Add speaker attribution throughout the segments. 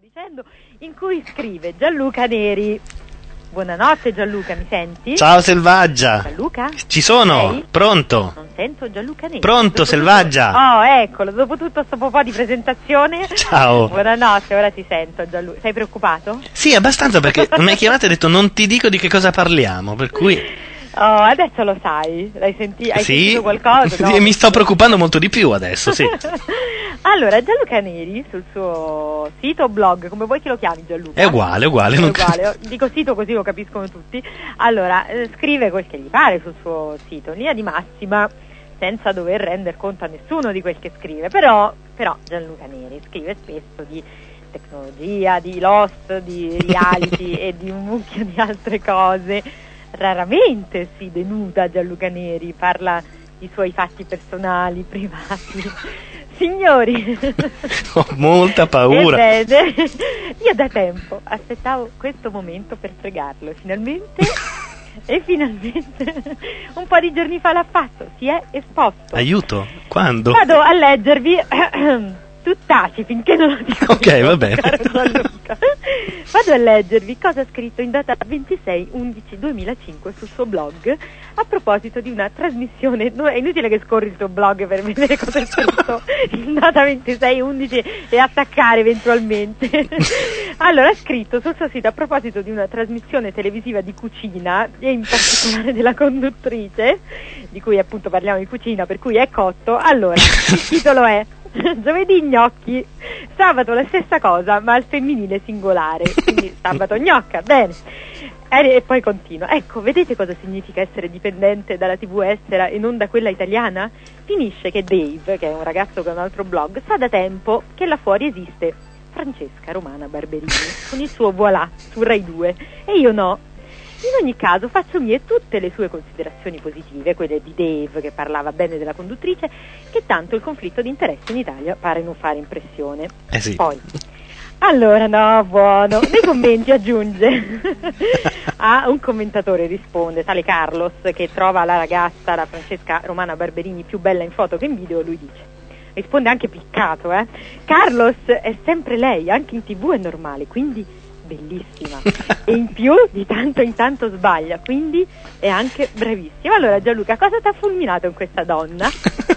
Speaker 1: dicendo, in cui scrive Gianluca Neri. Buonanotte Gianluca, mi senti?
Speaker 2: Ciao Selvaggia!
Speaker 1: Gianluca?
Speaker 2: Ci sono!
Speaker 1: Sei?
Speaker 2: Pronto!
Speaker 1: Non sento Gianluca Neri.
Speaker 2: Pronto,
Speaker 1: Dopo tutto-
Speaker 2: Selvaggia?
Speaker 1: Oh, eccolo, dopo tutto sto po' di presentazione.
Speaker 2: Ciao.
Speaker 1: Buonanotte, ora ti sento Gianluca. Sei preoccupato?
Speaker 2: Sì, abbastanza perché mi hai chiamato e hai detto non ti dico di che cosa parliamo, per cui...
Speaker 1: Oh, adesso lo sai. L'hai senti- hai
Speaker 2: sì,
Speaker 1: sentito qualcosa?
Speaker 2: sì,
Speaker 1: No.
Speaker 2: mi sto preoccupando molto di più adesso, sì.
Speaker 1: allora, Gianluca Neri sul suo sito o blog, come vuoi che lo chiami Gianluca?
Speaker 2: È uguale, è uguale,
Speaker 1: È
Speaker 2: non-
Speaker 1: uguale, oh, dico sito così lo capiscono tutti. Allora, eh, scrive quel che gli pare sul suo sito, in linea di massima, senza dover render conto a nessuno di quel che scrive, però, però Gianluca Neri scrive spesso di tecnologia, di Lost, di reality e di un mucchio di altre cose. Raramente si denuda Gianluca Neri, parla i suoi fatti personali, privati. Signori,
Speaker 2: Ho molta paura.
Speaker 1: Ebbene, io da tempo aspettavo questo momento per fregarlo, finalmente. e finalmente, un po' di giorni fa l'ha fatto, si è esposto.
Speaker 2: Aiuto, quando?
Speaker 1: Vado a leggervi. Tu taci finché non lo dico.
Speaker 2: Ok,
Speaker 1: io,
Speaker 2: va bene.
Speaker 1: caro Gianluca. Vado a leggervi cosa ha scritto in data 26-11-2005 sul suo blog a proposito di una trasmissione. no, è inutile che scorri il suo blog per vedere cosa ha scritto in data 26-11 e attaccare eventualmente. Allora, ha scritto sul suo sito a proposito di una trasmissione televisiva di cucina e in particolare della conduttrice, di cui appunto parliamo di cucina, per cui è cotto. Allora, il titolo è Giovedì gnocchi, sabato la stessa cosa, ma al femminile singolare. Quindi sabato gnocca, bene. E e poi continua. Ecco, vedete cosa significa essere dipendente dalla TV estera e non da quella italiana? Finisce che Dave, che è un ragazzo con un altro blog, sa da tempo che là fuori esiste Francesca Romana Barberini con il suo voilà su Rai 2 e io no. In ogni caso faccio mie tutte le sue considerazioni positive, quelle di Dave che parlava bene della conduttrice, che tanto il conflitto di interessi in Italia pare non fare impressione.
Speaker 2: Eh sì.
Speaker 1: Poi. Allora, no, buono. Nei commenti aggiunge. A un commentatore risponde, tale Carlos, che trova la ragazza, la Francesca Romana Barberini, più bella in foto che in video, lui dice. Risponde anche piccato, eh. Carlos è sempre lei, anche in tv è normale, quindi bellissima. E in più di tanto in tanto sbaglia, quindi è anche bravissima. Allora Gianluca, cosa ti ha fulminato in questa donna?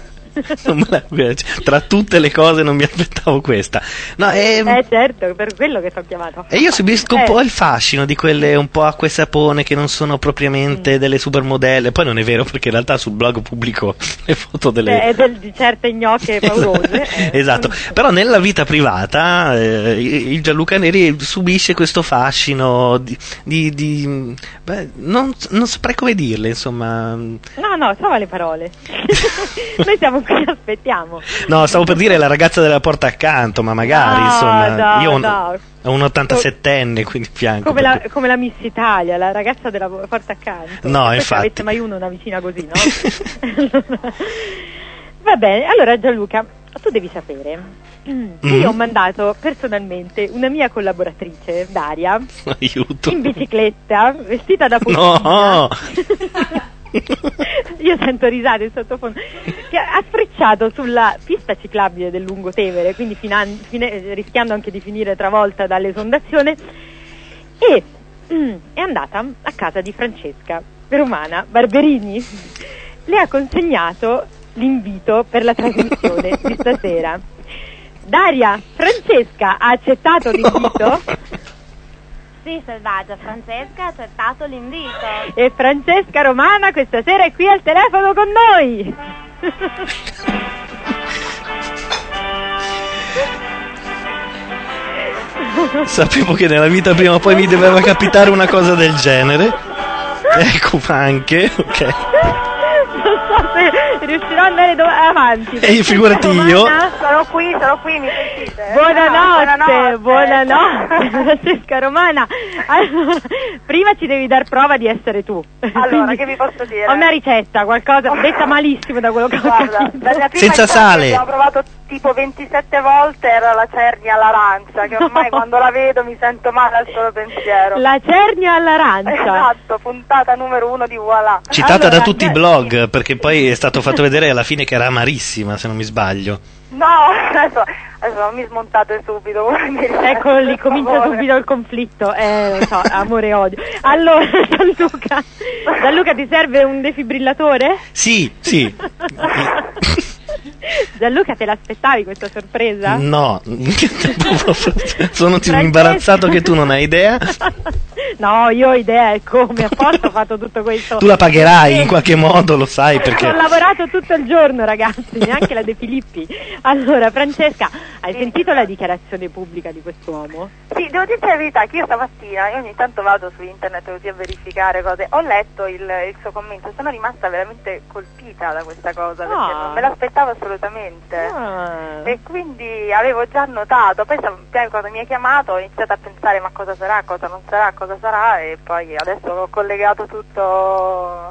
Speaker 2: Non me la- cioè, Tra tutte le cose non mi aspettavo questa. No, ehm,
Speaker 1: Eh certo, per quello che ti ho chiamato.
Speaker 2: E io subisco un po'
Speaker 1: Eh.
Speaker 2: il fascino di quelle un po' acqua e sapone che non sono
Speaker 1: Mm.
Speaker 2: propriamente delle supermodelle. Poi non è vero perché in realtà sul blog pubblico le foto delle...
Speaker 1: Beh, Cioè, è del- di certe gnocche paurose. eh.
Speaker 2: esatto, però nella vita privata eh, il Gianluca Neri subisce questo fascino di... di- di- beh, non, non saprei come dirle, insomma.
Speaker 1: No, no, trova le parole. Noi siamo qui, aspettiamo.
Speaker 2: No, stavo per dire la ragazza della porta accanto, ma magari,
Speaker 1: No,
Speaker 2: insomma,
Speaker 1: no,
Speaker 2: io ho un,
Speaker 1: no.
Speaker 2: ho un 87enne, quindi fianco.
Speaker 1: Come la,
Speaker 2: per
Speaker 1: come la Miss Italia, la ragazza della porta accanto.
Speaker 2: No,
Speaker 1: Se
Speaker 2: infatti.
Speaker 1: avete mai uno una vicina così, no? Va bene, allora Gianluca, tu devi sapere. mm, che
Speaker 2: Mm.
Speaker 1: Io ho mandato personalmente una mia collaboratrice, Daria,
Speaker 2: cui- Aiuto.
Speaker 1: in bicicletta, vestita da
Speaker 2: No!
Speaker 1: puntino. Io sento risate in sottofondo. Che ha frecciato sulla pista ciclabile del Lungotevere, quindi finan- fine- eh, rischiando anche di finire travolta dall'esondazione. E mm, è andata a casa di Francesca Romana Barberini. Le ha consegnato l'invito per la trasmissione di stasera. Daria, Francesca ha accettato l'invito?
Speaker 3: Sì, selvaggia, Francesca ha accettato l'invito.
Speaker 1: E Francesca Romana questa sera è qui al telefono con noi.
Speaker 2: Sapevo che nella vita prima o poi mi doveva capitare una cosa del genere. Ecco anche, ok.
Speaker 1: Non so se riuscirò ad andare do- avanti.
Speaker 2: Ehi, Eh, figurati io.
Speaker 1: Romana,
Speaker 3: Ah, Sono qui, sono qui, mi sentite?
Speaker 1: Buonanotte, buonanotte, Francesca Romana. Allora, prima ci devi dar prova di essere tu.
Speaker 3: Allora, che vi posso dire?
Speaker 1: Ho una ricetta, qualcosa detta malissimo da quello che ho
Speaker 3: eh, certo. Guarda,
Speaker 1: capito.
Speaker 3: dalla prima
Speaker 2: Senza
Speaker 3: istanza
Speaker 2: sale.
Speaker 3: che L'ho provato tipo 27 volte, era la cernia all'arancia, che ormai
Speaker 1: No.
Speaker 3: quando la vedo mi sento male al solo pensiero.
Speaker 1: La cernia all'arancia.
Speaker 3: Esatto, puntata numero uno di Voilà.
Speaker 2: Citata
Speaker 1: Allora,
Speaker 2: da tutti i
Speaker 1: beh,
Speaker 2: blog, perché che poi è stato fatto vedere alla fine che era amarissima, se non mi sbaglio.
Speaker 3: No, adesso, adesso non mi smontate subito. voi mi lasciate,
Speaker 1: Ecco lì,
Speaker 3: per
Speaker 1: comincia
Speaker 3: favore.
Speaker 1: subito il conflitto. Eh, lo so, amore e odio. Allora, Gianluca, Gianluca ti serve un defibrillatore?
Speaker 2: Sì, sì.
Speaker 1: Gianluca, te l'aspettavi questa sorpresa?
Speaker 2: No, sono più
Speaker 1: Francesca.
Speaker 2: imbarazzato che tu non hai idea.
Speaker 1: No, io ho idea, è come apposta ho fatto tutto questo.
Speaker 2: Tu la pagherai in qualche modo, lo sai
Speaker 1: Ho
Speaker 2: perché.
Speaker 1: lavorato tutto il giorno, ragazzi, neanche la De Filippi. Allora, Francesca, hai sentito la dichiarazione pubblica di quest'uomo?
Speaker 3: Sì, devo dirti la verità che io stamattina, io ogni tanto vado su internet così a verificare cose, ho letto il, il suo commento e sono rimasta veramente colpita da questa cosa perché
Speaker 1: Ah.
Speaker 3: non me l'aspettavo assolutamente.
Speaker 1: Ah.
Speaker 3: E quindi avevo già notato, poi sam- sai quando mi hai chiamato ho iniziato a pensare ma cosa sarà, cosa non sarà, cosa sarà e poi adesso ho collegato tutto.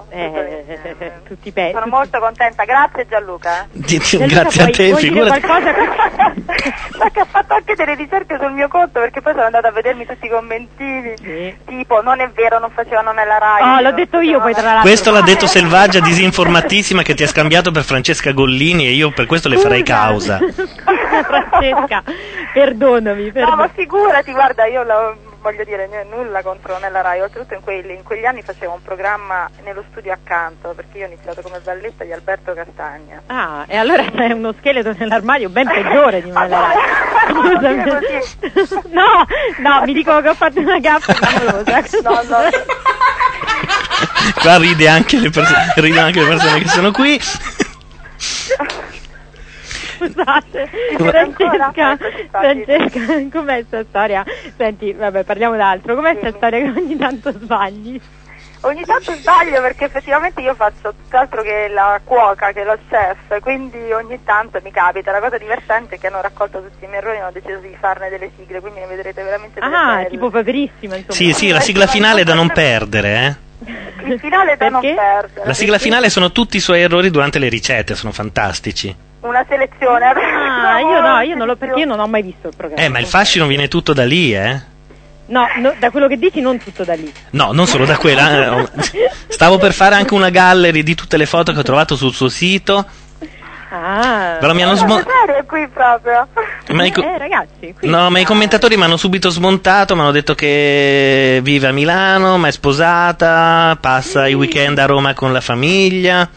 Speaker 3: tutto
Speaker 1: Eh,
Speaker 3: insieme.
Speaker 1: tutti i pezzi.
Speaker 3: Sono molto contenta, grazie Gianluca. eh.
Speaker 2: Ti- ti-
Speaker 1: Gianluca,
Speaker 2: Grazie a
Speaker 1: poi
Speaker 2: te,
Speaker 1: vuoi dire
Speaker 2: figurati.
Speaker 1: qualcosa?
Speaker 3: Ma che ho fatto anche delle ricerche sul mio conto perché poi sono andata a vedermi tutti i commentini.
Speaker 1: Sì.
Speaker 3: Tipo, non è vero, non facevano nella RAI.
Speaker 1: Oh, l'ho
Speaker 3: non
Speaker 1: detto io
Speaker 3: facevano
Speaker 1: poi tra
Speaker 3: nella-
Speaker 1: l'altro.
Speaker 2: Questo l'ha detto Selvaggia, disinformatissima, che ti ha scambiato per Francesca Gollini e io per questo le farei
Speaker 1: Scusa.
Speaker 2: causa.
Speaker 1: Scusa, Francesca, perdonami,
Speaker 3: No, ma
Speaker 1: perdonami.
Speaker 3: figurati, guarda, io la- voglio dire n- nulla contro nella RAI, oltretutto in, quelli- in quegli anni facevo un programma nello studio accanto, perché io ho iniziato come balletta di Alberto Castagna.
Speaker 1: Ah, e allora è uno scheletro nell'armadio ben peggiore di me.
Speaker 3: Ma
Speaker 1: allora.
Speaker 3: guarda, non dire
Speaker 1: Scusami. No, no, mi dicono che ho fatto una gaffa clamorosa.
Speaker 3: No, no.
Speaker 2: Qua ride anche le perso- ridono anche le persone che sono qui.
Speaker 1: Scusate,
Speaker 3: Ma-
Speaker 1: Francesca,
Speaker 3: Ancora?
Speaker 1: Francesca, com'è sta storia? Senti, vabbè, parliamo d'altro. Com'è sta
Speaker 3: Sì.
Speaker 1: storia che ogni tanto sbagli?
Speaker 3: Ogni tanto sbaglio perché effettivamente io faccio tutt'altro che la cuoca, che la chef, quindi ogni tanto mi capita. La cosa divertente è che hanno raccolto tutti i miei errori e hanno deciso di farne delle sigle, quindi ne vedrete veramente delle
Speaker 1: Ah,
Speaker 3: belle.
Speaker 1: tipo paperissima, insomma.
Speaker 2: Sì, sì, la sigla finale è da non perdere, eh.
Speaker 3: Il finale è da non
Speaker 1: Perché?
Speaker 3: perdere.
Speaker 2: La sigla finale sono tutti i suoi errori durante le ricette, sono fantastici.
Speaker 3: Una selezione.
Speaker 1: Ah, io no, io non l'ho perché io non ho mai visto il programma.
Speaker 2: Eh, ma il fascino viene tutto da lì, eh?
Speaker 1: No, no, da quello che dici non tutto da lì.
Speaker 2: No, non solo da quella. eh. Stavo per fare anche una gallery di tutte le foto che ho trovato sul suo sito,
Speaker 1: Ah.
Speaker 2: però mi hanno
Speaker 3: Sono
Speaker 2: smontato.
Speaker 3: serie qui proprio.
Speaker 2: Ma i co-
Speaker 1: Eh, ragazzi, qui
Speaker 2: No, ma i commentatori mi hanno subito smontato, mi hanno detto che vive a Milano, ma è sposata, passa i weekend a Roma con la famiglia.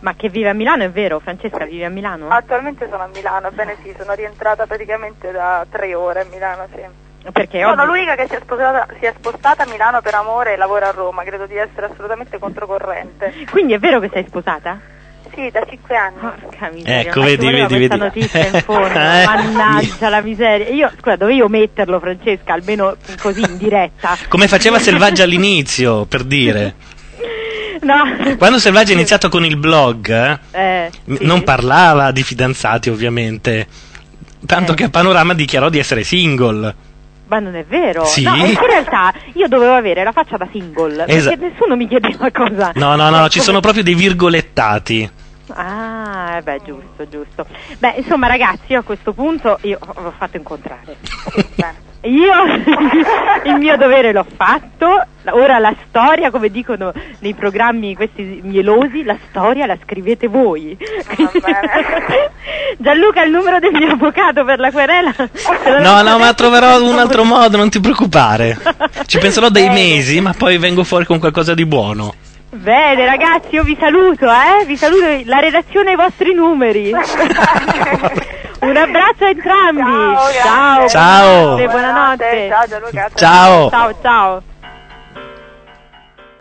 Speaker 1: Ma che vive a Milano, è vero? Francesca vive a Milano?
Speaker 3: Attualmente sono a Milano, bene sì, sono rientrata praticamente da tre ore a Milano, sì.
Speaker 1: Perché
Speaker 3: Sono
Speaker 1: oggi...
Speaker 3: l'unica che si è, sposata, si è spostata a Milano per amore e lavora a Roma, credo di essere assolutamente controcorrente.
Speaker 1: Quindi è vero che sei sposata?
Speaker 3: Sì, da cinque anni.
Speaker 1: Porca miseria.
Speaker 2: Ecco,
Speaker 1: ma ci
Speaker 2: vedi,
Speaker 1: voleva
Speaker 2: vedi, vedi.
Speaker 1: questa notizia in fondo.
Speaker 2: Eh.
Speaker 1: Mannaggia la miseria. Io, scusa, dovevo metterlo, Francesca, almeno così in diretta.
Speaker 2: Come faceva Selvaggia all'inizio, per dire.
Speaker 1: No.
Speaker 2: Quando Selvaggia ha iniziato con il blog, eh,
Speaker 1: Eh,
Speaker 2: n-
Speaker 1: sì.
Speaker 2: non parlava di fidanzati, ovviamente. Tanto
Speaker 1: Eh.
Speaker 2: che a Panorama dichiarò di essere single.
Speaker 1: Ma non è vero.
Speaker 2: Sì.
Speaker 1: No, in realtà io dovevo avere la faccia da single.
Speaker 2: Esa-
Speaker 1: Perché nessuno mi chiedeva cosa.
Speaker 2: No, no, no,
Speaker 1: Ecco,
Speaker 2: ci sono proprio dei virgolettati.
Speaker 1: Ah, eh beh, giusto, giusto. Beh, insomma, ragazzi, io a questo punto io ho fatto incontrare.
Speaker 3: Beh,
Speaker 1: Io il mio dovere l'ho fatto, ora la storia, come dicono nei programmi questi mielosi, la storia la scrivete voi.
Speaker 3: Va bene.
Speaker 1: Gianluca, il numero del mio avvocato per la querela? te lo
Speaker 2: No,
Speaker 1: lascio
Speaker 2: no, ma
Speaker 1: adesso.
Speaker 2: troverò un altro modo, non ti preoccupare. Ci penserò dei
Speaker 1: Bene.
Speaker 2: mesi, ma poi vengo fuori con qualcosa di buono.
Speaker 1: Bene ragazzi, io vi saluto, eh? vi saluto la redazione e i vostri numeri. Un abbraccio a entrambi.
Speaker 3: Ciao,
Speaker 1: Ciao.
Speaker 3: grazie.
Speaker 2: Ciao.
Speaker 1: Buonanotte.
Speaker 3: Ciao Gianluca.
Speaker 2: Ciao.
Speaker 1: Ciao, ciao.